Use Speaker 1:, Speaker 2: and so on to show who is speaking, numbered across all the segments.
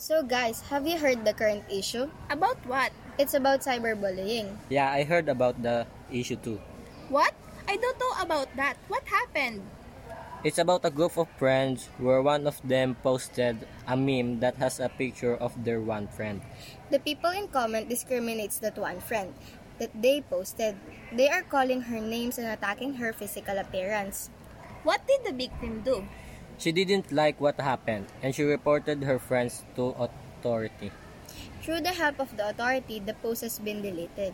Speaker 1: So guys, have you heard the current issue?
Speaker 2: About what?
Speaker 1: It's about cyberbullying.
Speaker 3: Yeah, I heard about the issue too.
Speaker 2: What? I don't know about that. What happened?
Speaker 3: It's about a group of friends where one of them posted a meme that has a picture of their one friend.
Speaker 1: The people in comment discriminates that one friend that they posted. They are calling her names and attacking her physical appearance.
Speaker 2: What did the victim do?
Speaker 3: She didn't like what happened and she reported her friends to authority.
Speaker 1: Through the help of the authority, the post has been deleted.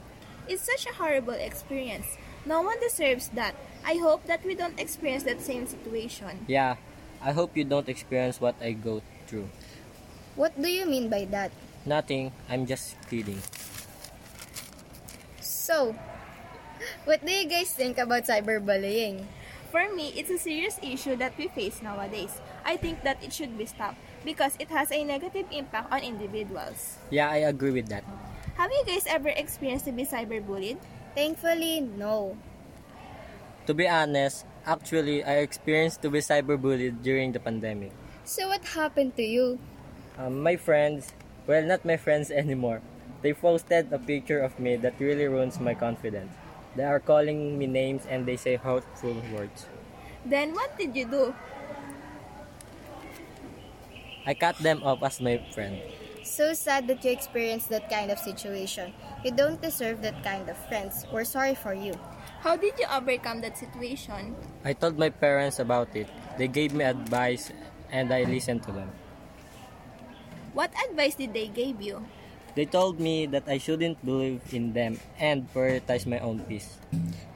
Speaker 2: It's such a horrible experience. No one deserves that. I hope that we don't experience that same situation.
Speaker 3: Yeah, I hope you don't experience what I go through.
Speaker 1: What do you mean by that?
Speaker 3: Nothing, I'm just kidding.
Speaker 1: So, what do you guys think about cyberbullying?
Speaker 2: For me, it's a serious issue that we face nowadays. I think that it should be stopped because it has a negative impact on individuals.
Speaker 3: Yeah, I agree with that.
Speaker 2: Have you guys ever experienced to be cyberbullied?
Speaker 1: Thankfully, no.
Speaker 3: To be honest, actually, I experienced to be cyberbullied during the pandemic.
Speaker 1: So what happened to you?
Speaker 3: Um, my friends, well, not my friends anymore. They posted a picture of me that really ruins my confidence. They are calling me names and they say hurtful words.
Speaker 2: Then what did you do?
Speaker 3: I cut them off as my friend.
Speaker 1: So sad that you experienced that kind of situation. You don't deserve that kind of friends. We're sorry for you.
Speaker 2: How did you overcome that situation?
Speaker 3: I told my parents about it. They gave me advice and I listened to them.
Speaker 2: What advice did they give you?
Speaker 3: They told me that I shouldn't believe in them and prioritize my own peace.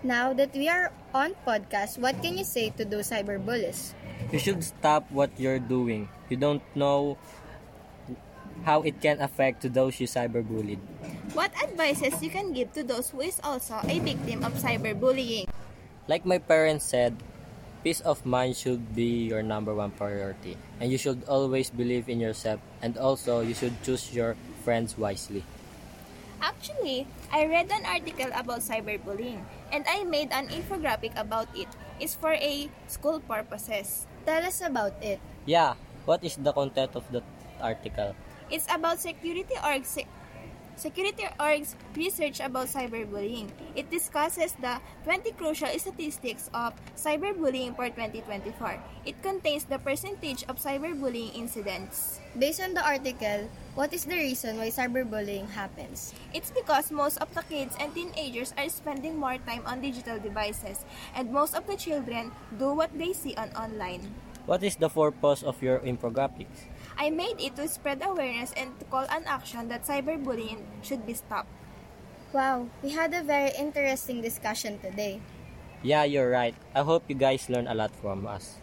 Speaker 1: Now that we are on podcast, what can you say to those cyberbullies?
Speaker 3: You should stop what you're doing. You don't know how it can affect to those you cyberbullied.
Speaker 2: What advices you can give to those who is also a victim of cyberbullying?
Speaker 3: Like my parents said, peace of mind should be your number one priority. And you should always believe in yourself and also you should choose your friends wisely.
Speaker 2: Actually, I read an article about cyberbullying and I made an infographic about it. It's for a school purposes.
Speaker 1: Tell us about it.
Speaker 3: Yeah, what is the content of that article?
Speaker 2: It's about security org se- Security org's research about cyberbullying. It discusses the 20 crucial statistics of cyberbullying for 2024. It contains the percentage of cyberbullying incidents.
Speaker 1: Based on the article, what is the reason why cyberbullying happens?
Speaker 2: It's because most of the kids and teenagers are spending more time on digital devices, and most of the children do what they see on online.
Speaker 3: What is the purpose of your infographics?
Speaker 2: I made it to spread awareness and to call an action that cyberbullying should be stopped.
Speaker 1: Wow, we had a very interesting discussion today.
Speaker 3: Yeah, you're right. I hope you guys learn a lot from us.